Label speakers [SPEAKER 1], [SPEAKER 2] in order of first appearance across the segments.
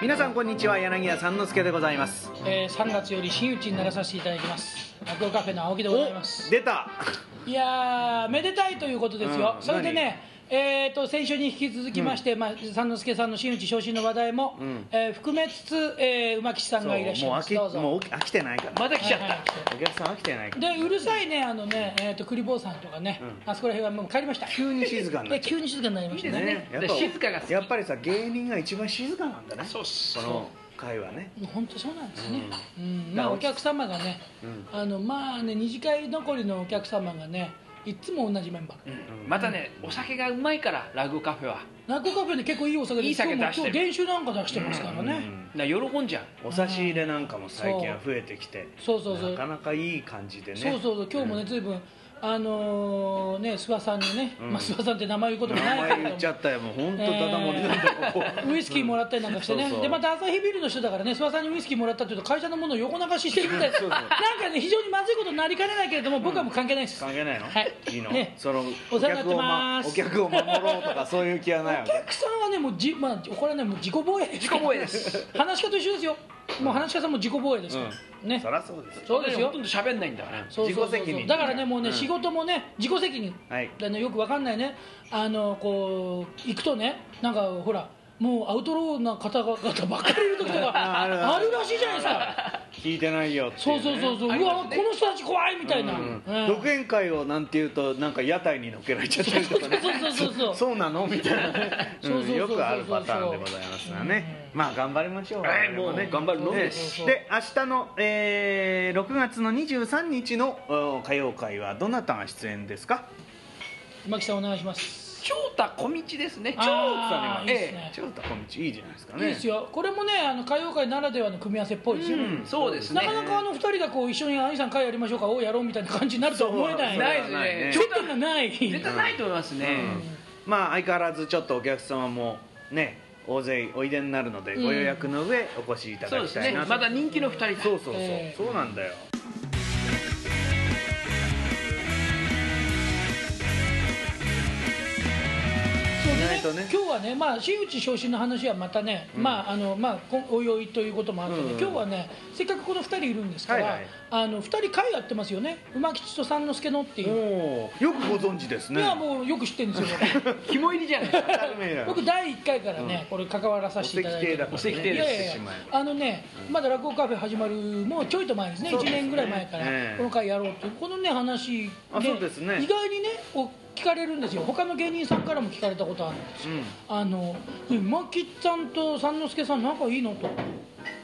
[SPEAKER 1] 皆さんこんにちは柳家三之助でございます
[SPEAKER 2] えー、3月より真打ちにならさせていただきます落語カフェの青木でございます
[SPEAKER 1] 出た
[SPEAKER 2] いやーめでたいということですよ、
[SPEAKER 1] うん
[SPEAKER 2] それでねえー、と先週に引き続きまして、まあ、三之助さんの真打ち昇進の話題も、
[SPEAKER 1] ん
[SPEAKER 2] えー含めつつ、えー、馬吉さんがいらっしゃい
[SPEAKER 1] もう
[SPEAKER 2] ま
[SPEAKER 1] 飽
[SPEAKER 2] す
[SPEAKER 1] き
[SPEAKER 2] どうぞ
[SPEAKER 1] もう飽きてないから
[SPEAKER 2] また来ちゃった
[SPEAKER 1] お客さん飽きてないから
[SPEAKER 2] でうるさいねあのねえっ、と栗坊さんとかね、あそこら辺はもう帰りました
[SPEAKER 1] 急に静かになっ
[SPEAKER 2] で
[SPEAKER 1] ちゃ
[SPEAKER 2] 急に静かになりました
[SPEAKER 1] う
[SPEAKER 2] ね
[SPEAKER 1] やっ
[SPEAKER 3] で
[SPEAKER 1] ぱ
[SPEAKER 3] 静かが好き
[SPEAKER 1] やっぱりさ芸人が一番静かなんだね
[SPEAKER 3] そうっす
[SPEAKER 1] この会はね
[SPEAKER 2] 本当そうなんですね、うん
[SPEAKER 1] だか
[SPEAKER 2] ま
[SPEAKER 1] ら
[SPEAKER 2] あお客様がね、あのまあね二次会残りのお客様がねいつも同じメンバー、
[SPEAKER 3] またねお酒がうまいからラグカフェは
[SPEAKER 2] ナコカフェで結構いいお酒で
[SPEAKER 3] いい酒
[SPEAKER 2] 今日
[SPEAKER 3] 出して
[SPEAKER 2] も
[SPEAKER 3] る
[SPEAKER 2] 今日電酒なんか出してますからね、
[SPEAKER 3] な喜んじゃう
[SPEAKER 1] お差し入れなんかも最近は増えてきて
[SPEAKER 2] そうそうそう
[SPEAKER 1] なかなかいい感じでね
[SPEAKER 2] そうそうそう今日もね随分あのーね諏訪さんにね、まあ、諏訪さんって名前言うことも
[SPEAKER 1] 名
[SPEAKER 2] ない
[SPEAKER 1] 前言っちゃ
[SPEAKER 2] け
[SPEAKER 1] ったよもう本当ただもんなんだここ
[SPEAKER 2] ウイスキーもらったりなんかしてね、
[SPEAKER 1] うんそうそう
[SPEAKER 2] でまた朝日ビルの人だからね諏訪さんにウイスキーもらったっていうと会社のものを横流ししてるみたい
[SPEAKER 1] そ
[SPEAKER 2] な
[SPEAKER 1] うそう
[SPEAKER 2] なんかね非常にまずいことになりかねないけれども僕はもう関係ないです、
[SPEAKER 1] 関係ないの、
[SPEAKER 2] はい
[SPEAKER 1] いの、
[SPEAKER 2] ね
[SPEAKER 1] その
[SPEAKER 2] お世話になって
[SPEAKER 1] お客をま
[SPEAKER 2] ます
[SPEAKER 1] お客を守ろうとかそういう気はないわ
[SPEAKER 2] お
[SPEAKER 1] け
[SPEAKER 2] 客さんはねもうじ、まあ、これはねもう自己防衛自
[SPEAKER 3] 己防衛です
[SPEAKER 2] 話し方と一緒ですよもう話し方も自己防衛ですから、
[SPEAKER 1] うん
[SPEAKER 2] ね
[SPEAKER 1] そりゃそうですよ
[SPEAKER 2] そうですよ
[SPEAKER 3] ほとんど喋んないんだから
[SPEAKER 2] そうそうそうそう
[SPEAKER 1] 自己責任
[SPEAKER 2] だからねもうね、
[SPEAKER 1] うん
[SPEAKER 2] 仕事もね自己責任、
[SPEAKER 1] はい
[SPEAKER 2] でねよくわかんないねあのこう行くとねなんかほらもうアウトローな方々ばっかりいる時とか
[SPEAKER 1] あ
[SPEAKER 2] あ
[SPEAKER 1] る
[SPEAKER 2] る
[SPEAKER 1] ある
[SPEAKER 2] らしいじゃないですか
[SPEAKER 1] 聞いてないよってい
[SPEAKER 2] そう
[SPEAKER 1] ね、
[SPEAKER 2] そうそうそう、
[SPEAKER 3] あ
[SPEAKER 2] う
[SPEAKER 3] りま
[SPEAKER 2] わ
[SPEAKER 3] すね
[SPEAKER 2] この人たち怖いみたいな、
[SPEAKER 1] う
[SPEAKER 2] うん
[SPEAKER 1] ん独演会をなんていうとなんか屋台に乗っけられちゃったりとかね
[SPEAKER 2] そうそう そうそう
[SPEAKER 1] そうなのみたいなね
[SPEAKER 2] そうそうそうそう
[SPEAKER 1] うんよくあるパターンでございますがねまあ頑張りましょう
[SPEAKER 3] はい
[SPEAKER 1] 我々ね
[SPEAKER 3] もう頑張るのみ
[SPEAKER 1] ええ
[SPEAKER 2] そうそう
[SPEAKER 1] で明日の、えー6月の23日のお歌謡会はどなたが出演ですか
[SPEAKER 2] 今木さんお願いします
[SPEAKER 3] 翔太小道ですね
[SPEAKER 2] あーいいです
[SPEAKER 3] え
[SPEAKER 2] ね
[SPEAKER 1] ちょっとこんちいいじゃないですか
[SPEAKER 2] いい
[SPEAKER 1] ね
[SPEAKER 2] ですよこれもねあの歌謡界ならではの組み合わせっぽいですよ、
[SPEAKER 3] えそうです
[SPEAKER 2] な
[SPEAKER 3] ね
[SPEAKER 2] かなかあの二人がこう一緒に「兄さん会やりましょうかおうやろう」みたいな感じになるとは思えない
[SPEAKER 1] そう
[SPEAKER 3] ないです
[SPEAKER 1] ないね
[SPEAKER 3] ね
[SPEAKER 2] 接点がない
[SPEAKER 3] 絶対ないと思いますね
[SPEAKER 1] まあ相変わらずちょっとお客様もね大勢おいでになるので
[SPEAKER 2] うん
[SPEAKER 1] ご予約の上お越しいた
[SPEAKER 3] そ
[SPEAKER 1] だ
[SPEAKER 3] うで
[SPEAKER 1] き
[SPEAKER 3] す
[SPEAKER 1] たい
[SPEAKER 3] ね
[SPEAKER 1] なと、
[SPEAKER 3] まだ人気の2人だ
[SPEAKER 1] そうそうそう、
[SPEAKER 2] ええ
[SPEAKER 1] そうなんだよ
[SPEAKER 2] そう
[SPEAKER 1] 意外とね
[SPEAKER 2] ね、今日はね、まあ、真打ち昇進の話はまたね、まああのまあ、こおいおいということもあって、ね
[SPEAKER 1] うんうん
[SPEAKER 2] 今日はねせっかくこの2人いるんですから、
[SPEAKER 1] はいはい
[SPEAKER 2] あの2人会やってますよね馬吉と三之助のってい
[SPEAKER 1] お
[SPEAKER 2] う、
[SPEAKER 1] ーよくご存知ですね
[SPEAKER 2] いやもうよく知ってるんですよ僕
[SPEAKER 3] 肝入りじゃないです か
[SPEAKER 2] 僕第1回からね、これ関わらさせていただいてるんで
[SPEAKER 1] お
[SPEAKER 3] 石亭だからね
[SPEAKER 2] いやい
[SPEAKER 1] お
[SPEAKER 2] や
[SPEAKER 1] 石亭です
[SPEAKER 2] い
[SPEAKER 1] し
[SPEAKER 2] や
[SPEAKER 1] まえ
[SPEAKER 2] あのね、まだ落語カフェ始まるもうちょいと前ですね
[SPEAKER 1] そう
[SPEAKER 2] 1
[SPEAKER 1] ですね
[SPEAKER 2] 年ぐらい前から
[SPEAKER 1] ええ
[SPEAKER 2] この会やろうっていうこのね話
[SPEAKER 1] あそうですね
[SPEAKER 2] 意外にねこう聞かれるんですよ他の芸人さんからも聞かれたことあるんですよあの今吉さんと三之助さん仲いいのと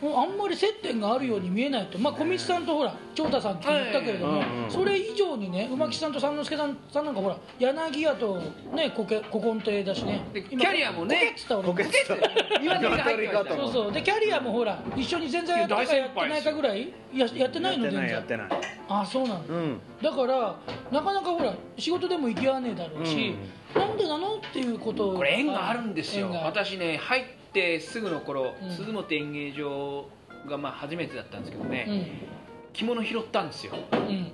[SPEAKER 2] あんまり接点があるように見えないと、まあ、小道さんとほら長太さんって言ったけれども、
[SPEAKER 1] はいはいはいうんうん
[SPEAKER 2] それ以上にね馬吉さんと三之助さんさんなんかほら柳家とねこけ古今亭だしね
[SPEAKER 3] で
[SPEAKER 2] 今
[SPEAKER 3] キャリアもね
[SPEAKER 2] こけっつった俺
[SPEAKER 1] ポ
[SPEAKER 2] も
[SPEAKER 1] ケット
[SPEAKER 3] 岩手が入ってました
[SPEAKER 1] ト
[SPEAKER 2] そうそうでキャリアもほら一緒に全然やったかやってないかぐらいややってないの
[SPEAKER 1] やって
[SPEAKER 2] 全
[SPEAKER 1] ないや
[SPEAKER 2] 然
[SPEAKER 1] ってない
[SPEAKER 2] あそうなの、
[SPEAKER 1] うん
[SPEAKER 2] だからなかなかほら仕事でも行き合わねえだろうし、なんでなのっていうことを
[SPEAKER 3] これ縁があるんですよ
[SPEAKER 2] 縁がある
[SPEAKER 3] 私ね入ってすぐの頃、
[SPEAKER 2] うん
[SPEAKER 3] 鈴本演芸場がまあ初めてだったんですけどね、
[SPEAKER 2] う
[SPEAKER 3] 着物拾ったんですよ
[SPEAKER 2] んうん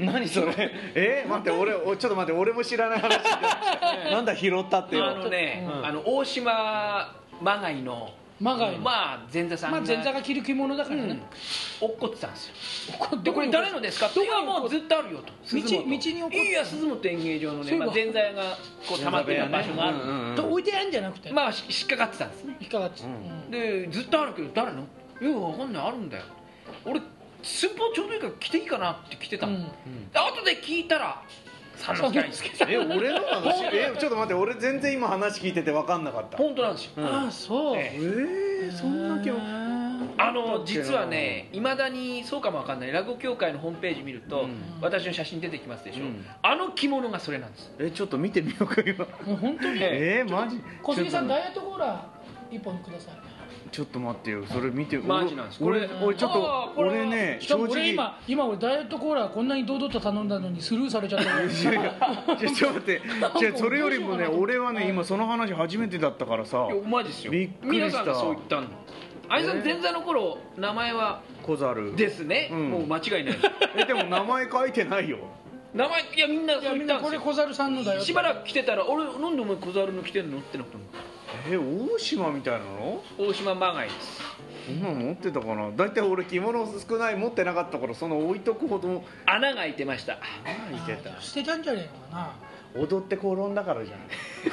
[SPEAKER 1] 何それえ待って俺おちょっと待って俺も知らない話 なんだ拾ったって
[SPEAKER 3] あ
[SPEAKER 1] よ
[SPEAKER 3] のね、
[SPEAKER 1] うん
[SPEAKER 3] あの大島まがいの
[SPEAKER 2] マガイのま
[SPEAKER 3] まあ前座さん
[SPEAKER 2] あ
[SPEAKER 3] が、
[SPEAKER 2] 前座が着る着物だから
[SPEAKER 3] う
[SPEAKER 2] ね
[SPEAKER 3] ん、落っこってたんですよで
[SPEAKER 2] ど
[SPEAKER 3] こ
[SPEAKER 2] こ
[SPEAKER 3] れ
[SPEAKER 2] に
[SPEAKER 3] 誰のですかって
[SPEAKER 2] ど
[SPEAKER 3] い
[SPEAKER 2] こ
[SPEAKER 3] や
[SPEAKER 2] に
[SPEAKER 3] もうずっとあるよと
[SPEAKER 2] 道
[SPEAKER 3] 鈴本
[SPEAKER 2] 道に起こった
[SPEAKER 3] いや鈴本演芸場の
[SPEAKER 2] そういえ
[SPEAKER 3] ね、
[SPEAKER 2] ば
[SPEAKER 3] まあ、前座がこう溜まってた場所がある、
[SPEAKER 1] うんうんうん
[SPEAKER 2] と置いてやんじゃなくて
[SPEAKER 3] まあし引っかかってたんですね
[SPEAKER 2] いかがです
[SPEAKER 1] うん
[SPEAKER 3] でずっとあるけど誰のいやわかんないあるんだよ俺寸法ちょうどいいから着ていいかなって着てたの、
[SPEAKER 2] うん
[SPEAKER 3] で後で聞いたら三之助愛介さん
[SPEAKER 1] え俺の話えちょっと待って俺全然今話聞いてて分かんなかった
[SPEAKER 3] 本当なんですよ、
[SPEAKER 1] うん
[SPEAKER 2] ああそう
[SPEAKER 3] え
[SPEAKER 1] えー、そんな気も
[SPEAKER 2] も
[SPEAKER 3] あの実はねいまだにそうかもわかんない落語協会のホームページ見ると、
[SPEAKER 1] うん
[SPEAKER 3] 私の写真出てきますでし
[SPEAKER 1] う
[SPEAKER 3] ょ、
[SPEAKER 1] ん
[SPEAKER 3] あの着物がそれなんです
[SPEAKER 1] えちょっと見てみようか今
[SPEAKER 2] 本当に
[SPEAKER 1] え
[SPEAKER 3] え
[SPEAKER 1] ー、マジ
[SPEAKER 2] 小杉さん
[SPEAKER 1] ちょっ
[SPEAKER 2] ダイエットコーラ一本ください
[SPEAKER 1] とちょっと待ってよそれ見て
[SPEAKER 3] マジなんです
[SPEAKER 1] 俺
[SPEAKER 3] これ
[SPEAKER 1] 俺ちょっ
[SPEAKER 3] あ
[SPEAKER 1] と
[SPEAKER 3] ーこれ
[SPEAKER 1] 俺ね
[SPEAKER 2] しか
[SPEAKER 1] 正
[SPEAKER 2] も
[SPEAKER 1] 直
[SPEAKER 2] 俺今今俺ダイエットコーラこんなに堂々と頼んだのにスルーされちゃったから
[SPEAKER 1] いやいやちょちょっと待って じゃあそれよりもね
[SPEAKER 2] どうしようか
[SPEAKER 1] 俺
[SPEAKER 2] なと思って
[SPEAKER 1] はね今その話初めてだったからさ
[SPEAKER 3] いやマジですよ
[SPEAKER 1] びっくりした
[SPEAKER 3] 皆さんがそう言ったのあいさん前座の頃名前は
[SPEAKER 1] 小猿
[SPEAKER 3] ですね、
[SPEAKER 1] うん
[SPEAKER 3] もう間違いないです
[SPEAKER 1] えでも名前書いてないよ
[SPEAKER 3] 名前いやみんないそ
[SPEAKER 2] や
[SPEAKER 3] う
[SPEAKER 2] み
[SPEAKER 3] 言
[SPEAKER 2] ん
[SPEAKER 3] っ
[SPEAKER 2] な
[SPEAKER 3] たん
[SPEAKER 2] こ
[SPEAKER 3] で
[SPEAKER 2] れ
[SPEAKER 3] すよ
[SPEAKER 2] 小猿さんのだよ
[SPEAKER 3] しばらく着てたら俺なんでお前小猿の着てんのってなったの
[SPEAKER 1] え大島みたいなの
[SPEAKER 3] 大島まがいです
[SPEAKER 1] そんなの持ってたかな大体俺着物少ない持ってなかったからその置いとくほど
[SPEAKER 3] 穴が開いてました
[SPEAKER 1] あいけた
[SPEAKER 2] 捨てたんじゃねえのかな
[SPEAKER 1] 踊って転んだからじゃ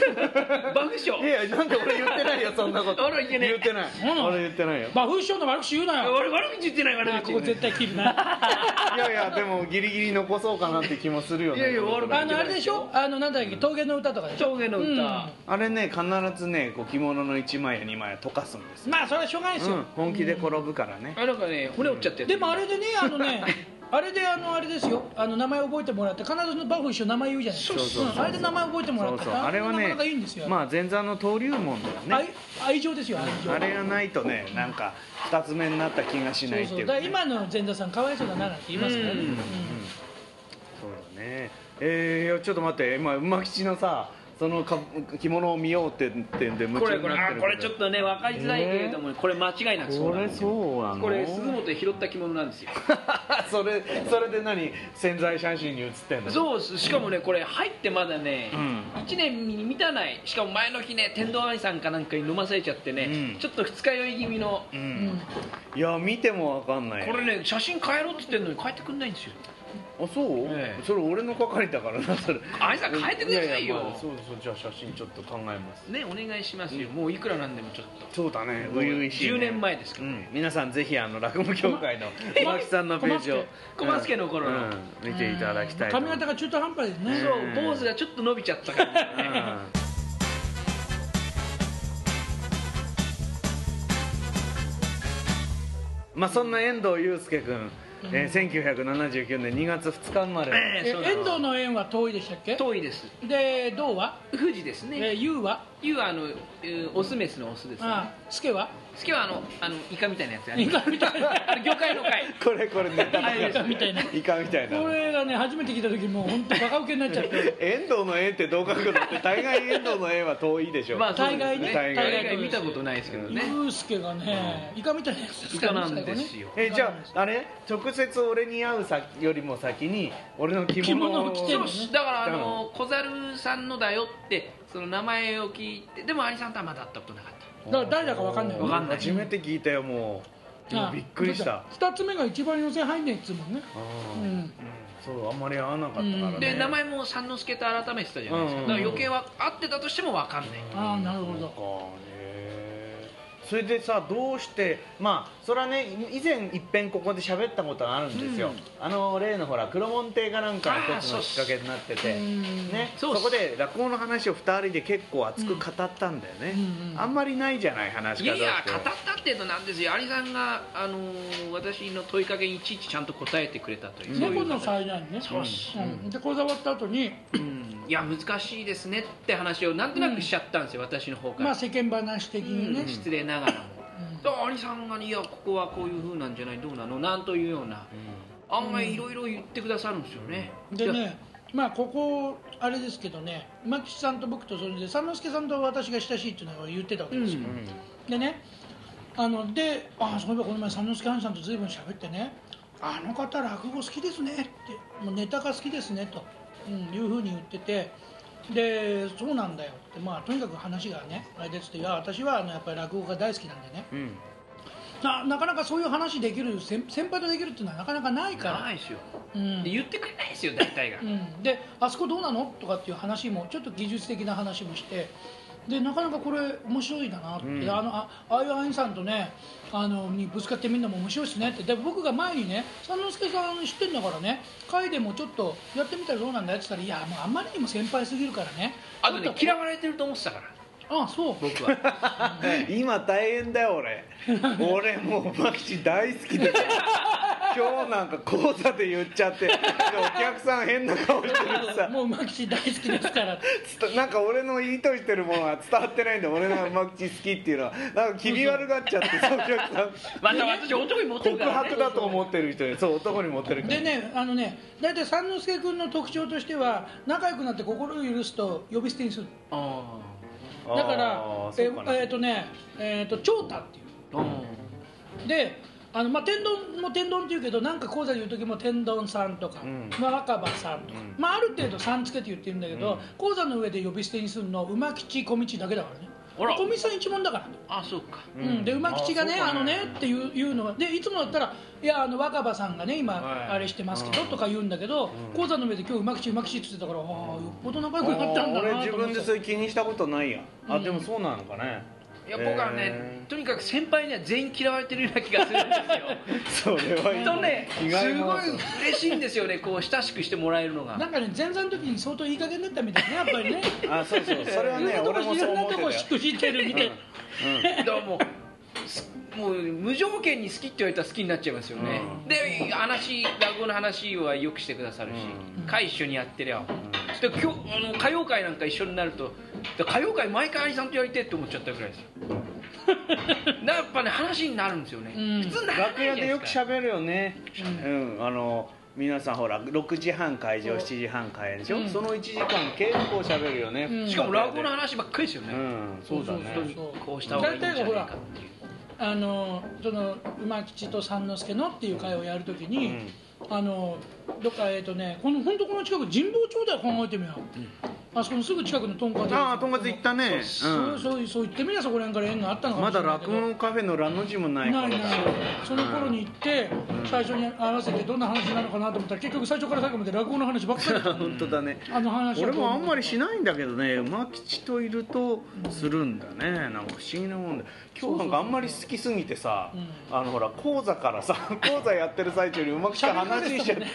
[SPEAKER 1] ない
[SPEAKER 3] 爆笑
[SPEAKER 1] いやなんで俺言ってないよそんなこと
[SPEAKER 3] あらいけねえ
[SPEAKER 1] 言ってない
[SPEAKER 2] そうなの
[SPEAKER 1] 俺言ってない よ
[SPEAKER 2] バフ師匠の悪口言うなよ
[SPEAKER 3] 悪悪口言ってない悪
[SPEAKER 2] あ
[SPEAKER 3] 口
[SPEAKER 2] ここ絶対切るな
[SPEAKER 1] いやいやでもギリギリ残そうかなって気もするよね
[SPEAKER 3] いやいや悪く
[SPEAKER 2] あのあれでしょあのなんだっけ峠の歌とかでしょ
[SPEAKER 3] 上下の歌、
[SPEAKER 2] うん
[SPEAKER 1] あれね必ずねこう着物の1枚や2枚は溶かすんですよ、
[SPEAKER 2] まあそれはしょうがないです
[SPEAKER 1] うん
[SPEAKER 2] よ、
[SPEAKER 1] 本気で転ぶからね、
[SPEAKER 3] あなんかね骨折っちゃってる
[SPEAKER 2] でもあれでねあのねあれであのあれですよあの名前覚えてもらって必ずバフ一緒名前言うじゃないですか
[SPEAKER 1] そうそうそう
[SPEAKER 2] うんあれで名前覚えてもら
[SPEAKER 1] そ
[SPEAKER 2] っ
[SPEAKER 1] う
[SPEAKER 2] た
[SPEAKER 1] そ
[SPEAKER 2] か
[SPEAKER 1] う
[SPEAKER 2] ら
[SPEAKER 1] あれは
[SPEAKER 2] なか
[SPEAKER 1] ね
[SPEAKER 2] なかいいんですよ、
[SPEAKER 1] まあ前座の登竜門だよね
[SPEAKER 2] 愛愛情ですよ愛情
[SPEAKER 1] あれがないとねなんか2つ目になった気がしないって
[SPEAKER 2] そう
[SPEAKER 1] い
[SPEAKER 2] そ
[SPEAKER 1] うう
[SPEAKER 2] だ
[SPEAKER 1] ね、
[SPEAKER 2] から今の前座さんかわいそうだななんて言いますからね、
[SPEAKER 3] うん
[SPEAKER 2] う
[SPEAKER 1] そ
[SPEAKER 2] ん
[SPEAKER 1] うだねえーいや、ちょっと待って今馬吉のさそのか着物を見ようってってんで夢
[SPEAKER 3] こ
[SPEAKER 1] 中
[SPEAKER 3] れ
[SPEAKER 1] に
[SPEAKER 3] これ
[SPEAKER 1] なっ
[SPEAKER 3] あ
[SPEAKER 1] てる
[SPEAKER 3] これちょっとね分かりづらいけれども、これ間違いなくそう
[SPEAKER 1] こ
[SPEAKER 3] なん
[SPEAKER 1] れ
[SPEAKER 3] ですよ
[SPEAKER 1] そうなの
[SPEAKER 3] これ鈴本で拾った着物なんですよ
[SPEAKER 1] それそれで何潜在写真に写ってんの
[SPEAKER 3] そうですしかもねこれ入ってまだね、
[SPEAKER 1] うん
[SPEAKER 3] 1年に満たないしかも前の日ね天童愛さんかなんかに飲まされちゃってね、
[SPEAKER 1] うん
[SPEAKER 3] ちょっと二日酔い気味の、
[SPEAKER 1] う
[SPEAKER 2] うん
[SPEAKER 1] ん、いや見てもわかんない
[SPEAKER 3] これね写真変えろって言ってんのに変えてくんないんですよ
[SPEAKER 1] あそう、
[SPEAKER 3] ええ
[SPEAKER 1] それ俺の係だからなそれ
[SPEAKER 3] 愛さん変えてくださいよ
[SPEAKER 1] ややまあそうそうじゃあ写真ちょっと考えます
[SPEAKER 3] ねお願いしますよ、もういくらなんでもちょっと
[SPEAKER 1] そうだね初々しい、ね、
[SPEAKER 3] 10年前ですから
[SPEAKER 1] うん、皆さんぜひあの落語協会の小牧さんのページを
[SPEAKER 3] 小松家の頃
[SPEAKER 1] う
[SPEAKER 3] の
[SPEAKER 1] ん見ていただきたいと
[SPEAKER 2] 髪型が中途半端ですね
[SPEAKER 3] そう坊主がちょっと伸びちゃったからね、
[SPEAKER 1] うんまあそんな遠藤祐介君、えー、1979年2月2日生まれ、
[SPEAKER 3] え
[SPEAKER 2] え
[SPEAKER 3] そうなの
[SPEAKER 2] 遠藤の縁は遠いでしたっけ
[SPEAKER 3] 遠いです
[SPEAKER 2] で銅は、
[SPEAKER 3] 富士です
[SPEAKER 2] え
[SPEAKER 3] ね
[SPEAKER 2] ー、優は
[SPEAKER 3] 湯はあのえーオスメスのオスですね
[SPEAKER 2] ああ助は
[SPEAKER 3] 好きはあのあのイカみたいなやつや
[SPEAKER 2] イカみたいな
[SPEAKER 3] あれ魚介の貝
[SPEAKER 1] これこれネタ
[SPEAKER 3] あれです
[SPEAKER 2] みたいな
[SPEAKER 1] イカみたいな
[SPEAKER 2] これがね初めて聞いた時もう本当バカウケになっちゃって
[SPEAKER 1] 遠藤の絵ってどう書くのって大概遠藤の絵は遠いでしょ、
[SPEAKER 3] まあそうですね
[SPEAKER 1] 大概ね
[SPEAKER 3] 大
[SPEAKER 2] 大概
[SPEAKER 3] 概見たことないですけどね
[SPEAKER 2] ユウスケがね、イカみたいなやつです
[SPEAKER 3] イ
[SPEAKER 2] か
[SPEAKER 3] カ
[SPEAKER 2] ら
[SPEAKER 3] な
[SPEAKER 2] ね
[SPEAKER 3] んですよ
[SPEAKER 1] えじゃああれ直接俺に会うさよりも先に俺の着物を
[SPEAKER 2] 着物を着て
[SPEAKER 3] で
[SPEAKER 2] る
[SPEAKER 3] もだからあの小猿さんのだよってその名前を聞いてでも兄さんとはまだ会ったことなかっ
[SPEAKER 2] だから誰だかわかんない
[SPEAKER 3] わかんない
[SPEAKER 1] 初めて聞いたよもうもうびっくりした
[SPEAKER 2] 2つ目が一番寄せ入んねえっつうもんね
[SPEAKER 1] あ
[SPEAKER 2] う
[SPEAKER 1] ーうん
[SPEAKER 2] ん
[SPEAKER 1] そうあんまり会わなかったからね
[SPEAKER 3] たで名前も三之助と改めてたじゃないですか
[SPEAKER 1] うん
[SPEAKER 3] だから余計は会ってたとしても分かんない
[SPEAKER 2] ああなるほ
[SPEAKER 1] そうか
[SPEAKER 2] ど
[SPEAKER 1] ねそれでさどうしてまあそれはね以前いっぺんここで喋ったことがあるんですよ、あの例のほら黒門亭かなんかの一つのきっかけになってて
[SPEAKER 2] うん
[SPEAKER 1] ね、そ
[SPEAKER 3] そ
[SPEAKER 1] う
[SPEAKER 3] っす
[SPEAKER 1] こで落語の話を2人で結構熱く語ったんだよね、
[SPEAKER 2] うんうん
[SPEAKER 1] あんまりないじゃない話
[SPEAKER 3] い
[SPEAKER 1] し方
[SPEAKER 3] や
[SPEAKER 1] って
[SPEAKER 3] いや語ったっていうとなんですよ兄さんが、あのー私の問いかけにいちいちちゃんと答えてくれたというそういう
[SPEAKER 2] 猫の
[SPEAKER 3] 形
[SPEAKER 2] 災難ね
[SPEAKER 3] そうっす
[SPEAKER 2] うんで講座終わった後に
[SPEAKER 3] うんいや難しいですねって話をなんとなくしちゃったんですよ、私の方から、
[SPEAKER 2] まあ世間話的にね
[SPEAKER 3] 失礼ながらも、だから兄さんが、いやここはこういう風なんじゃないどうなのなんというような案外いろいろ言ってくださるんですよね、
[SPEAKER 2] でねまあここあれですけどね牧師さんと僕とそれで三之助さんと私が親しいっていうのは言ってたわけですよ、
[SPEAKER 3] うん
[SPEAKER 2] でねあのであそういえばこの前三之助兄さんと随分喋ってねあの方落語好きですねってもうネタが好きですねと、うん、いうふうに言っててでそうなんだよってまあとにかく話がねあれですっていや私はあのやっぱり落語が大好きなんでね
[SPEAKER 1] うんうん
[SPEAKER 2] ななかなかそういう話できる先先輩とできるっていうのはなかなかないから
[SPEAKER 3] ないですよ、
[SPEAKER 2] うん
[SPEAKER 3] で言ってくれないですよ大体が、
[SPEAKER 2] うん、であそこどうなのとかっていう話もちょっと技術的な話もしてでなかなかこれ面白いだなって、
[SPEAKER 1] うん
[SPEAKER 2] あのあああいうアインさんとねあのにぶつかってみるのも面白いですねってで僕が前にね三之助さん知ってんだからね会でもちょっとやってみたらどうなんだよって言ったらいやもうあんまりにも先輩すぎるからね
[SPEAKER 3] あとね
[SPEAKER 2] ちょっ
[SPEAKER 3] 嫌われてると思ってたから
[SPEAKER 2] あそう
[SPEAKER 3] 僕は
[SPEAKER 1] 今大変だよ俺俺もうマキチ大好きだよ今日なんか講座で言っちゃってでお客さん変な顔してるしさ
[SPEAKER 2] もうマキシ大好きですからって
[SPEAKER 1] つたなんか俺の意図してるものが伝わってないんだ俺がマキチ好きっていうのはなんか気味悪がっちゃってさお客さん
[SPEAKER 3] また私男に持ってる
[SPEAKER 1] 告
[SPEAKER 3] から、ね、
[SPEAKER 1] 白だと思ってる人にそう男に持ってるから
[SPEAKER 2] でねあのね大体三之助君の特徴としては仲良くなって心を許すと呼び捨てにする
[SPEAKER 3] あ
[SPEAKER 2] だから
[SPEAKER 1] あー
[SPEAKER 2] え
[SPEAKER 1] そうかな
[SPEAKER 2] えーとねえーと長太ってい
[SPEAKER 3] ーうん
[SPEAKER 2] うであのまあ天丼も天丼っていうけどなんか講座で言う時も天丼さんとか、
[SPEAKER 1] うん
[SPEAKER 2] まあ、若葉さんとか、
[SPEAKER 1] うん
[SPEAKER 2] まあ、ある程度さんつけて言ってるんだけど、講座の上で呼び捨てにするの馬吉小道だけだからね
[SPEAKER 3] あら
[SPEAKER 2] 小道さん一門だから
[SPEAKER 3] あそうか
[SPEAKER 2] うんで馬吉がねあのねっていういうのはでいつもだったら「いやあの若葉さんがね今、
[SPEAKER 3] はい
[SPEAKER 2] あれしてますけど
[SPEAKER 1] う」ん
[SPEAKER 2] とか言うんだけど
[SPEAKER 1] うん
[SPEAKER 2] 講座の上で今日馬吉馬吉って言ってたからああよっぽど仲良くなったんだ
[SPEAKER 1] 俺
[SPEAKER 2] な
[SPEAKER 1] 自
[SPEAKER 2] と思っ
[SPEAKER 1] 分
[SPEAKER 2] て
[SPEAKER 1] でそれ気にしたことないやあ
[SPEAKER 2] うん
[SPEAKER 1] でもそうなのかね
[SPEAKER 3] いや僕はね、
[SPEAKER 1] えー
[SPEAKER 3] とにかく先輩には全員嫌われてるような気がするんですよ
[SPEAKER 1] それは
[SPEAKER 3] 本当ねす
[SPEAKER 1] 意
[SPEAKER 3] ご
[SPEAKER 1] 外
[SPEAKER 3] い
[SPEAKER 1] な話
[SPEAKER 3] 嬉しいんですよねこう親しくしてもらえるのが
[SPEAKER 2] なんかね前座の時に相当いい加減だったみたいねやっぱりね
[SPEAKER 1] あそう そうそれはいね
[SPEAKER 2] ろん
[SPEAKER 1] 俺
[SPEAKER 2] なとこ
[SPEAKER 1] も
[SPEAKER 2] い
[SPEAKER 1] そう
[SPEAKER 2] ろんな
[SPEAKER 1] 思って
[SPEAKER 2] と
[SPEAKER 1] たよ
[SPEAKER 2] こしくじってるみたいな
[SPEAKER 1] うん
[SPEAKER 3] だからもうすもう無条件に好きって言われたら好きになっちゃいますよね、
[SPEAKER 1] う
[SPEAKER 3] で話落語の話はよくしてくださるし、
[SPEAKER 2] うん
[SPEAKER 3] 会一緒にやってりゃで今日あの歌謡界なんか一緒になるとだから歌謡界毎回兄さんとやりてえって思っちゃったぐら いですよだからやっぱね話になるんですよね、
[SPEAKER 2] うん
[SPEAKER 3] 普通ならない
[SPEAKER 1] 楽
[SPEAKER 3] じゃ
[SPEAKER 1] 屋
[SPEAKER 3] ない
[SPEAKER 1] でよく
[SPEAKER 3] ですか
[SPEAKER 1] 喋るよね
[SPEAKER 2] う
[SPEAKER 1] うんあの皆さんほら6時半会場7時半開演でしょ、
[SPEAKER 2] うん
[SPEAKER 1] その1時間結構喋るよね、
[SPEAKER 2] うん
[SPEAKER 3] しかも落語の
[SPEAKER 1] 話
[SPEAKER 3] 話ばっかりですよね、
[SPEAKER 1] うんそうだね
[SPEAKER 3] 本当にこうした方がいいんじゃないかっていう
[SPEAKER 2] あのその馬吉と三之助のっていう会をやるときに、あのどっかえっ、とねこの本当この近く神保町だよ考えてみよう、あそこのすぐ近くのとんかつ
[SPEAKER 1] ああとんかつ行ったね
[SPEAKER 2] そうそうそう行ってみりゃそこら辺から縁があったの
[SPEAKER 1] う
[SPEAKER 2] か
[SPEAKER 1] ん、
[SPEAKER 2] も
[SPEAKER 1] まだ
[SPEAKER 2] しれない
[SPEAKER 1] 落
[SPEAKER 2] けど
[SPEAKER 1] 語のカフェのラの字もない
[SPEAKER 2] な
[SPEAKER 1] 頃
[SPEAKER 2] い
[SPEAKER 1] だ
[SPEAKER 2] ないその頃に行って、
[SPEAKER 1] うん
[SPEAKER 2] 最初に合わせてどんな話なのかなと思ったら結局最初から最後まで落語の話ばっ かりだっ た
[SPEAKER 1] 本当だね、
[SPEAKER 2] あの話は
[SPEAKER 1] 俺もあんまりし
[SPEAKER 2] な
[SPEAKER 1] ないんだけどね馬吉といるとするんだねなんか不思議なもんで今日なんかあんまり好きすぎてさ
[SPEAKER 2] うん
[SPEAKER 1] あのほら講座からさ 講座やってる最中に馬吉と話しち ゃって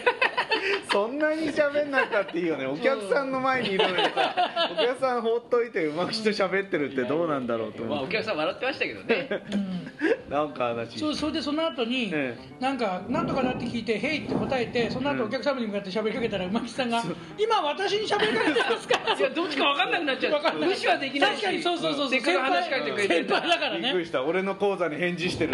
[SPEAKER 1] そんなに喋んなかっていいよねお客さんの前にいるのにさお客さん放っといて馬吉と喋ってるってどうなんだろうと
[SPEAKER 3] まあ
[SPEAKER 1] 思
[SPEAKER 3] お
[SPEAKER 1] って
[SPEAKER 3] 客さん笑ってましたけど ね
[SPEAKER 2] うん
[SPEAKER 1] なんか話
[SPEAKER 2] そうそれでその後に、
[SPEAKER 1] え
[SPEAKER 2] なんかなんとかだって聞いて「へい」って答えてその後お客様に向かって喋りかけたら馬木さんが「今私に喋りかけてますか?」
[SPEAKER 3] いやどっちか分かんなくなっ ちゃ
[SPEAKER 2] わかん
[SPEAKER 3] う
[SPEAKER 2] ない
[SPEAKER 3] 無視はできないし
[SPEAKER 2] 確かにそうそうそうそう
[SPEAKER 3] せっかく話しかけてくれてる
[SPEAKER 2] 先輩だか
[SPEAKER 1] び
[SPEAKER 2] ら
[SPEAKER 1] っくり
[SPEAKER 2] ね
[SPEAKER 1] した俺の講座に返事 してる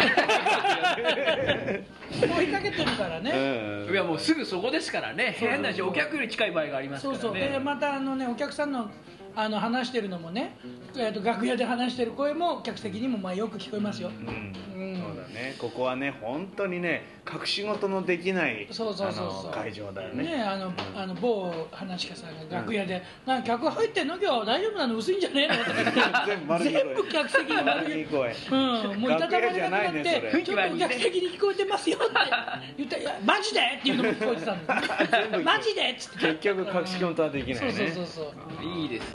[SPEAKER 2] 追いかけてるからね、
[SPEAKER 1] うん
[SPEAKER 3] いやもうすぐそこですからね変な話お客より近い場合がありますか
[SPEAKER 2] そ
[SPEAKER 3] ら
[SPEAKER 2] う
[SPEAKER 3] ね
[SPEAKER 2] そうでまたあのねお客さんのあの話してるのもね、えー、と楽屋で話してる声も客席にもまあよく聞こえますよ、
[SPEAKER 1] うん
[SPEAKER 2] うん
[SPEAKER 1] そうだねここはね本当にね隠し事のできない
[SPEAKER 2] そうそうそうそ
[SPEAKER 1] あ
[SPEAKER 2] う
[SPEAKER 1] の会場だよね
[SPEAKER 2] ねあのあの某話し家さんが楽屋で「なんか客入ってんの今日大丈夫なの薄いんじゃねえの?」とか言って
[SPEAKER 1] 全部丸い声
[SPEAKER 2] 全部客席が丸
[SPEAKER 1] 丸い
[SPEAKER 2] い
[SPEAKER 1] 声
[SPEAKER 2] うん、もういたたまれなくなっ
[SPEAKER 1] 楽屋じゃないねそ
[SPEAKER 2] て、
[SPEAKER 1] れ
[SPEAKER 2] ちょっとお客席に聞こえてますよって言ったらいや、マジでっていうのも聞こえてたん
[SPEAKER 1] 全部
[SPEAKER 2] で
[SPEAKER 1] 聞こえ
[SPEAKER 2] す、マジでっつって、
[SPEAKER 1] 結局隠し事はできない
[SPEAKER 2] そう
[SPEAKER 1] ね
[SPEAKER 2] そうそうそう、
[SPEAKER 3] いいです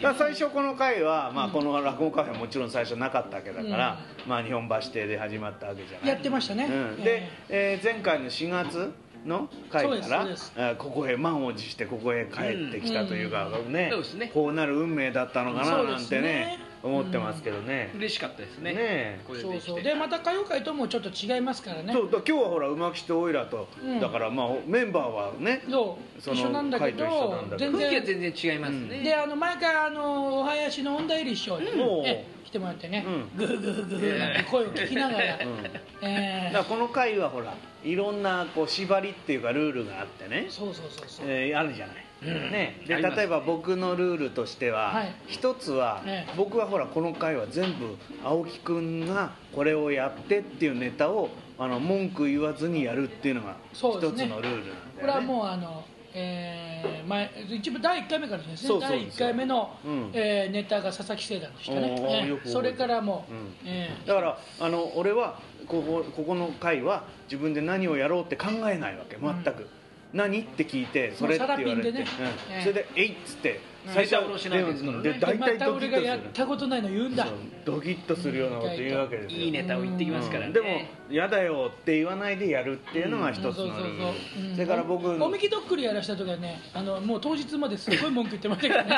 [SPEAKER 1] まあ、最初この回は、まあ、この落語カフェはもちろん最初なかったわけだから、まあ、日本橋邸で始まったわけじゃない
[SPEAKER 2] やってましたね
[SPEAKER 1] うん、
[SPEAKER 2] え
[SPEAKER 1] で、えー前回の4月の回か
[SPEAKER 2] そ
[SPEAKER 1] ら
[SPEAKER 2] うですそうです
[SPEAKER 1] えーここへ満を持してここへ帰ってきたというか、ね
[SPEAKER 3] そうですね
[SPEAKER 1] こうなる運命だったのか
[SPEAKER 2] そ
[SPEAKER 1] な
[SPEAKER 2] うで
[SPEAKER 1] なん
[SPEAKER 2] す
[SPEAKER 1] て
[SPEAKER 2] ね
[SPEAKER 1] ね思ってますけどね、
[SPEAKER 3] 嬉しかったですね
[SPEAKER 1] ねえ
[SPEAKER 3] これ
[SPEAKER 2] そ
[SPEAKER 3] で
[SPEAKER 2] う
[SPEAKER 3] き
[SPEAKER 2] そう、
[SPEAKER 3] て
[SPEAKER 2] で、また歌謡界ともちょっと違いますからね
[SPEAKER 1] そ、うだ今日はほら馬吉とオイラと、
[SPEAKER 2] うん
[SPEAKER 1] だからまあメンバーはね
[SPEAKER 2] そう、
[SPEAKER 1] その
[SPEAKER 2] 一緒なんだけど
[SPEAKER 1] 会と一緒なんだ、け
[SPEAKER 2] 全
[SPEAKER 1] ど
[SPEAKER 3] 空気は
[SPEAKER 2] 然、
[SPEAKER 3] 全然違いますね
[SPEAKER 2] で、あの前からあのお囃子の恩田入り師匠に
[SPEAKER 1] うん
[SPEAKER 2] え来てもらってね
[SPEAKER 1] う、
[SPEAKER 2] グーグーグーなんて声を聞きながら、
[SPEAKER 1] うんだか
[SPEAKER 2] え
[SPEAKER 1] らこの回はほらいろんなこう縛りっていうかルールがあってね
[SPEAKER 2] ー、そうそうそうそう。
[SPEAKER 1] えーあるじゃない、
[SPEAKER 3] うん
[SPEAKER 1] ね、
[SPEAKER 3] あ
[SPEAKER 1] で
[SPEAKER 3] ります
[SPEAKER 1] 例えば僕のルールとしては、
[SPEAKER 2] はい
[SPEAKER 1] 一つは、
[SPEAKER 2] ええ
[SPEAKER 1] 僕はほらこの回は全部青木くんがこれをやってっていうネタをあの文句言わずにやるっていうのが一つ
[SPEAKER 2] そうですね
[SPEAKER 1] のルールなんだよ、ね、
[SPEAKER 2] これはもうあの、えー、前一部第1回目からですね
[SPEAKER 1] そうそう
[SPEAKER 2] 第1回目の、
[SPEAKER 1] うん
[SPEAKER 2] えーネタが佐々木聖談でしたね
[SPEAKER 1] おー
[SPEAKER 2] えー
[SPEAKER 1] よく覚えてる
[SPEAKER 2] それからもう、
[SPEAKER 1] うん
[SPEAKER 2] えー
[SPEAKER 1] だからあの俺はここここの回は自分で何をやろうって考えないわけ全く、何って聞いてそれって言われて、
[SPEAKER 2] もうサラピンでね
[SPEAKER 1] うん
[SPEAKER 2] ええ
[SPEAKER 1] それで「えい!」っつって
[SPEAKER 3] うん
[SPEAKER 1] 最初
[SPEAKER 3] ネタ下ろしないですからね
[SPEAKER 1] でで大
[SPEAKER 2] ま
[SPEAKER 1] 体
[SPEAKER 2] た
[SPEAKER 1] ドキッと
[SPEAKER 2] 俺
[SPEAKER 1] す
[SPEAKER 2] が
[SPEAKER 1] る
[SPEAKER 2] やったことないの言うんだ
[SPEAKER 1] そうドキッとするようなこと言うわけですよ
[SPEAKER 3] いいネタを言ってきますから
[SPEAKER 1] う
[SPEAKER 3] ね
[SPEAKER 1] んでも「嫌だよ」って言わないでやるっていうのが一つのル
[SPEAKER 2] そうそうそう
[SPEAKER 1] ー
[SPEAKER 2] そう
[SPEAKER 1] ル
[SPEAKER 2] ん
[SPEAKER 1] それから僕
[SPEAKER 2] おみきどっくりやらした時はねあのもう当日まですごい文句言ってましたけど ね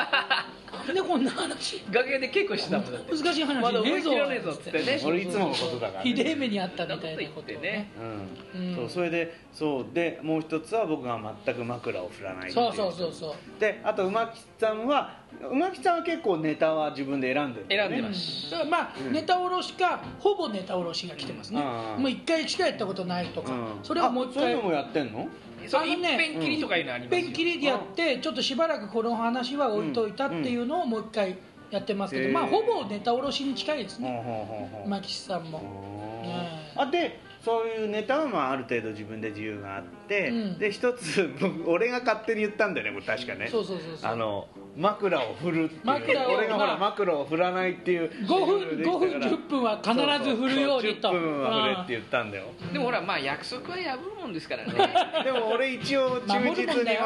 [SPEAKER 2] なんでこんな話
[SPEAKER 3] 楽屋で稽古してたもんだって
[SPEAKER 2] 難しい話
[SPEAKER 3] まだ
[SPEAKER 2] ね
[SPEAKER 3] 思
[SPEAKER 2] え
[SPEAKER 3] い
[SPEAKER 2] ぞ
[SPEAKER 3] 切らねえぞっつってね
[SPEAKER 1] 俺いつものことだからね
[SPEAKER 2] ひでえ目にあったみたいなことをね
[SPEAKER 1] うん
[SPEAKER 2] うん
[SPEAKER 1] そうそれでそうでもう一つは僕が全く枕を振らないってい
[SPEAKER 2] そうそうそうそう
[SPEAKER 1] であと馬吉さんは馬吉さんは結構ネタは自分で選んでるんだよね、
[SPEAKER 3] 選んで
[SPEAKER 2] う
[SPEAKER 3] ま
[SPEAKER 2] ん
[SPEAKER 3] す
[SPEAKER 2] だからまあ、
[SPEAKER 1] うん
[SPEAKER 2] ネタおろしかほぼネタおろしが来てますね、
[SPEAKER 1] うんうん
[SPEAKER 2] もう1回しかやったことないとか、
[SPEAKER 1] ん
[SPEAKER 2] それをもう1
[SPEAKER 1] あそういうのも
[SPEAKER 2] 回
[SPEAKER 1] やってんの
[SPEAKER 3] そう
[SPEAKER 2] あの
[SPEAKER 3] 一
[SPEAKER 2] ね
[SPEAKER 3] 遍きりとかいうのあり
[SPEAKER 2] いっ
[SPEAKER 3] ます
[SPEAKER 2] ぺ
[SPEAKER 3] よ
[SPEAKER 2] んきりでやってちょっとしばらくこの話は置いといたっていうのをもう1回やってますけど、
[SPEAKER 1] うん
[SPEAKER 2] まあほぼネタおろしに近いです
[SPEAKER 1] ほう
[SPEAKER 2] ね
[SPEAKER 1] ほうほうほう
[SPEAKER 2] 牧師さんも、
[SPEAKER 1] ほう
[SPEAKER 2] ねえ
[SPEAKER 1] あでそういうネタはまあある程度自分で自由があって、
[SPEAKER 2] うん
[SPEAKER 1] で一つ僕俺が勝手に言ったんだよねこれ確かね
[SPEAKER 2] そうそうそうそう
[SPEAKER 1] あの枕を振るっていう
[SPEAKER 2] 枕を
[SPEAKER 1] 俺がほら
[SPEAKER 2] まあ
[SPEAKER 1] 枕を振らないっていう
[SPEAKER 2] 5分5分10分は必ず振るようにと
[SPEAKER 1] そうそう10分は振れって言ったんだよ
[SPEAKER 3] でもほらまあ約束は破るもんですからね
[SPEAKER 1] でも俺一応忠実に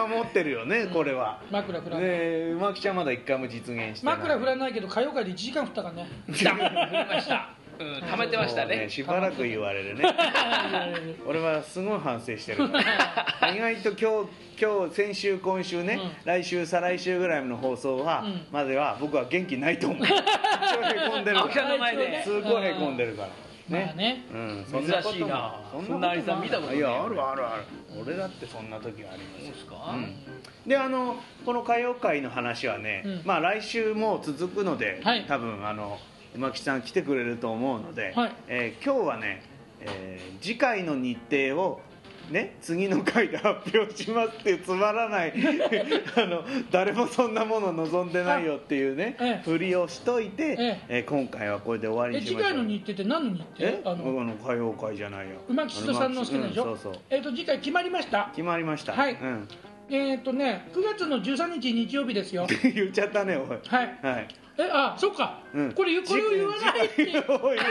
[SPEAKER 1] 守ってるよねこれは
[SPEAKER 2] 枕振らない
[SPEAKER 1] でうまきちゃんまだ一回も実現してない
[SPEAKER 2] 枕振らないけど歌謡会で1時間振ったから ね
[SPEAKER 3] 振りました、うん、溜めてまし
[SPEAKER 1] も
[SPEAKER 3] た
[SPEAKER 1] う
[SPEAKER 3] ね
[SPEAKER 1] しばらく言われる ね俺はすごい反省してるから意外と今日今日先週今週ね、
[SPEAKER 2] うん
[SPEAKER 1] 来週再来週ぐらいの放送は、
[SPEAKER 2] うん
[SPEAKER 1] までは僕は元気ないと思う一応へこんでる
[SPEAKER 3] 青木
[SPEAKER 1] か
[SPEAKER 3] さんの
[SPEAKER 1] ら
[SPEAKER 3] 前で
[SPEAKER 1] ごいへこんでるから
[SPEAKER 2] まあね
[SPEAKER 1] うん、
[SPEAKER 3] 珍しいなそんなアリさん見たことない
[SPEAKER 1] いやあるあるある俺だってそんな時はあります
[SPEAKER 3] そう
[SPEAKER 1] よ
[SPEAKER 3] ですか、
[SPEAKER 1] うん、であのこの歌謡会の話はね、
[SPEAKER 2] うん
[SPEAKER 1] まあ来週も続くので、
[SPEAKER 2] はい
[SPEAKER 1] 多分あの馬木さん来てくれると思うので、
[SPEAKER 2] はい
[SPEAKER 1] えー今日はね、えー次回の日程をね、次の回で発表しますっていうつまら ないあの誰もそんなもの望んでないよっていうね、
[SPEAKER 2] あええ
[SPEAKER 1] ふりをしといて、
[SPEAKER 2] え
[SPEAKER 1] えー今回はこれで終わり
[SPEAKER 2] え
[SPEAKER 1] にし
[SPEAKER 2] 次
[SPEAKER 1] ましょう
[SPEAKER 2] 回の日程って何の日
[SPEAKER 1] え
[SPEAKER 2] 程
[SPEAKER 1] あ
[SPEAKER 2] あ
[SPEAKER 1] の
[SPEAKER 2] の
[SPEAKER 1] 歌謡会じゃないよ
[SPEAKER 2] 馬吉とさんの好きなでしょ、
[SPEAKER 1] うんそうそう
[SPEAKER 2] えっ、と次回決まりました
[SPEAKER 1] 決まりました
[SPEAKER 2] はい
[SPEAKER 1] うん、
[SPEAKER 2] えっ、とね9月の13日日曜日ですよ
[SPEAKER 1] 言っちゃったねおいは
[SPEAKER 2] はい
[SPEAKER 1] はい
[SPEAKER 2] えあそっか、
[SPEAKER 1] うん
[SPEAKER 2] これこれを言わないって
[SPEAKER 1] 次回を言わない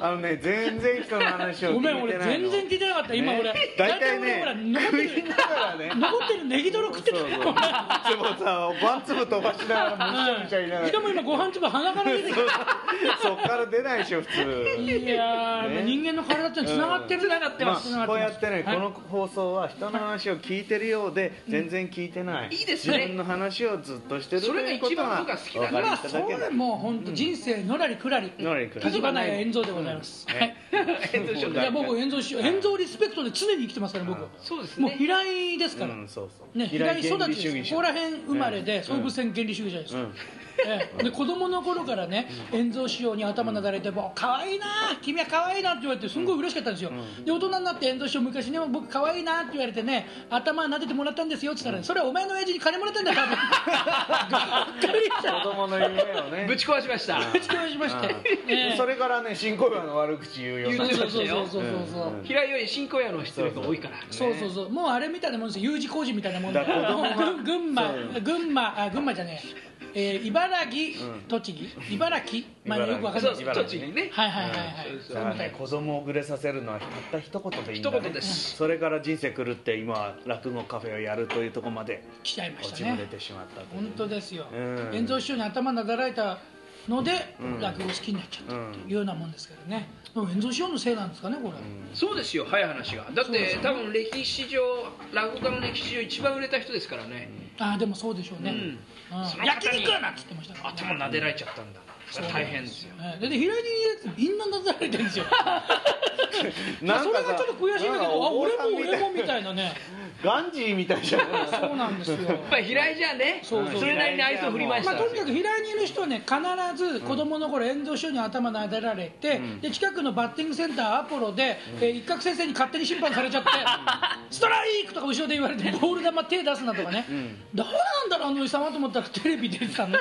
[SPEAKER 1] あのね全然人の話を聞
[SPEAKER 2] ご
[SPEAKER 1] いて
[SPEAKER 2] め
[SPEAKER 1] ない
[SPEAKER 2] ん
[SPEAKER 1] の
[SPEAKER 2] 俺全然聞いてなかった今
[SPEAKER 1] ね
[SPEAKER 2] 俺
[SPEAKER 1] 大体
[SPEAKER 2] 俺ほら
[SPEAKER 1] ね
[SPEAKER 2] 残って
[SPEAKER 1] 食い
[SPEAKER 2] る
[SPEAKER 1] ながらね
[SPEAKER 2] 残ってるネギトロ食って
[SPEAKER 1] そう
[SPEAKER 2] た
[SPEAKER 1] そうつぼさんをワン粒飛ばしながらむしゃむしゃ言いなが
[SPEAKER 2] うん
[SPEAKER 1] ら
[SPEAKER 2] しかも今ご飯粒鼻から出てきた
[SPEAKER 1] そっから出ないでしょ普通
[SPEAKER 2] いやー、
[SPEAKER 1] ね
[SPEAKER 2] 人間の体ってつながってる、繋がって
[SPEAKER 1] まあ、こうやってね、
[SPEAKER 2] はい
[SPEAKER 1] この放送は人の話を聞いてるようで全然聞いてない、
[SPEAKER 3] いいですね
[SPEAKER 1] 自分の話をずっとしてる
[SPEAKER 3] それが
[SPEAKER 1] ということ
[SPEAKER 3] 一番僕は好きだ
[SPEAKER 1] お分かり
[SPEAKER 2] まあ
[SPEAKER 1] いた
[SPEAKER 2] そ
[SPEAKER 1] だけ
[SPEAKER 2] れもう本当人生のらりくらり
[SPEAKER 1] のらりくらり
[SPEAKER 2] 立場ない遠蔵でございます、
[SPEAKER 1] うんね
[SPEAKER 2] はい
[SPEAKER 3] 遠藤翔
[SPEAKER 2] い
[SPEAKER 3] 太
[SPEAKER 2] や僕遠蔵しよう遠蔵リスペクトで常に生きてますから僕は
[SPEAKER 3] そうです
[SPEAKER 2] もう
[SPEAKER 3] ね
[SPEAKER 2] 平井ですから、
[SPEAKER 1] うん、そうそう
[SPEAKER 2] ね、平井育
[SPEAKER 1] 原理
[SPEAKER 2] ち
[SPEAKER 1] 者
[SPEAKER 2] ですここら辺生まれで総武
[SPEAKER 1] う
[SPEAKER 2] 線原理主義者です、
[SPEAKER 1] んうん
[SPEAKER 2] ええで子供の頃からね円蔵師匠に頭なだれて「もう可愛いな君は可愛いな」って言われてすんごい嬉しかったんですよ、で大人になって円蔵師匠昔ね僕可愛いなって言われてね頭撫でてもらったんですよって言ったら、それはお前の親父に金もらったんだよ 多分がっかりし
[SPEAKER 1] 子
[SPEAKER 2] た
[SPEAKER 1] 供の夢をね
[SPEAKER 3] ぶち壊しました
[SPEAKER 2] 口恋しまして、ええ
[SPEAKER 1] それからね新小岩の悪口言うように
[SPEAKER 2] そ
[SPEAKER 1] なっ
[SPEAKER 2] う
[SPEAKER 1] た
[SPEAKER 2] そうそうそうそうそう、
[SPEAKER 1] うん
[SPEAKER 3] 平井より新小屋の人が多いから
[SPEAKER 2] そうそうそう、もうあれみたいなもんですよ、U 字工事みたいなもんで、
[SPEAKER 1] だから子供が
[SPEAKER 2] もう群馬
[SPEAKER 1] そ、
[SPEAKER 2] 群馬、あ、群馬じゃねえ。えー、茨城、
[SPEAKER 1] うん
[SPEAKER 2] 栃木、茨城、まあ、よくわかん
[SPEAKER 3] そ
[SPEAKER 2] な
[SPEAKER 3] う
[SPEAKER 2] い
[SPEAKER 3] そ
[SPEAKER 2] け
[SPEAKER 3] う
[SPEAKER 2] ど。
[SPEAKER 1] 茨
[SPEAKER 3] 栃
[SPEAKER 1] 城
[SPEAKER 3] 木ね
[SPEAKER 2] はいはいはいはい
[SPEAKER 3] うん。
[SPEAKER 2] そう
[SPEAKER 1] だ
[SPEAKER 2] み
[SPEAKER 1] から
[SPEAKER 2] たい
[SPEAKER 1] ね
[SPEAKER 2] な
[SPEAKER 1] 子供をぐれさせるのはたった一言でいいんだ、ね、
[SPEAKER 3] 一言です
[SPEAKER 1] それから人生狂って今落語カフェをやるというところまで
[SPEAKER 2] 来ちゃいま
[SPEAKER 1] 落
[SPEAKER 2] し
[SPEAKER 1] ち
[SPEAKER 2] た
[SPEAKER 1] ぶ
[SPEAKER 2] ね
[SPEAKER 1] れ。てしまったという
[SPEAKER 2] 本当ですよ
[SPEAKER 1] うん。
[SPEAKER 2] 遠蔵師匠に頭なだられたので、
[SPEAKER 1] うん
[SPEAKER 2] 落語好きになっちゃったというようなもんですけどね。でも遠蔵師匠のせいなんですかね、これ。
[SPEAKER 3] そうですよ早い話がだっ
[SPEAKER 2] そうです
[SPEAKER 3] て
[SPEAKER 2] よね
[SPEAKER 3] 多分歴史上落語家の歴史上一番売れた人ですからね
[SPEAKER 2] ああ、でもそうでしょうね。
[SPEAKER 3] う
[SPEAKER 2] うんん
[SPEAKER 3] その方に
[SPEAKER 2] 焼肉なんて言ってましたからね。
[SPEAKER 3] 頭撫でられちゃったんだ大変ですよ
[SPEAKER 2] ええ。で、平井にみんななだられてるんですよ。
[SPEAKER 1] なんかさ
[SPEAKER 2] それがちょっと悔しいんだけど、あ、俺も俺もみたいなね。
[SPEAKER 1] ガンジーみたいじゃん
[SPEAKER 2] そうな んですよ。
[SPEAKER 3] やっぱり平井じゃね
[SPEAKER 2] そうそう
[SPEAKER 3] それなりに愛想振りまし
[SPEAKER 2] まあ、
[SPEAKER 3] た
[SPEAKER 2] とにかく平井にいる人はね必ず子供の頃遠藤師匠に頭撫でられて、で近くのバッティングセンターアポロで、えー一角先生に勝手に審判さ れちゃって、ストライクとか後ろで言われてボール球手出すなとかね、誰なんだろうあのおじさまと思ったらテレビ出てたの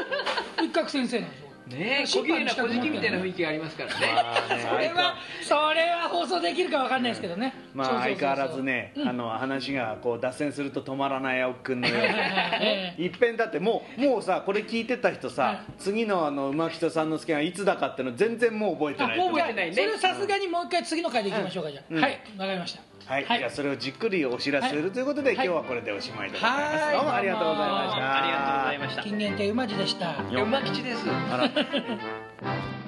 [SPEAKER 2] 一角先生なんですよ
[SPEAKER 3] ねえ小綺麗な小じきみたいな雰囲気がありますからね
[SPEAKER 1] まあね
[SPEAKER 2] それはそれは放送できるかわかんないですけどね、
[SPEAKER 1] まあ
[SPEAKER 2] そうそうそう
[SPEAKER 1] 相
[SPEAKER 2] そう
[SPEAKER 1] 変わらずね、あの話がこう脱線すると止まらない青木くんのように
[SPEAKER 2] え
[SPEAKER 1] いっぺんだってもうもうさこれ聞いてた人さ、
[SPEAKER 2] はい
[SPEAKER 1] 次のあの馬人さんの助がいつだかっての全然もう覚えてない
[SPEAKER 3] あもう覚えてないね
[SPEAKER 2] それをさすがにもう一回次の回でいきましょうかじゃあ、
[SPEAKER 1] うん
[SPEAKER 2] はいわかりました
[SPEAKER 1] はい、じゃあそれをじっくりお知らせするということで、
[SPEAKER 2] はい
[SPEAKER 1] 今日はこれでおしまいでございます、
[SPEAKER 2] はい
[SPEAKER 1] どうもありがとうございました
[SPEAKER 3] ありがとうございました
[SPEAKER 2] 金言亭馬路でした
[SPEAKER 3] 馬吉です
[SPEAKER 1] あら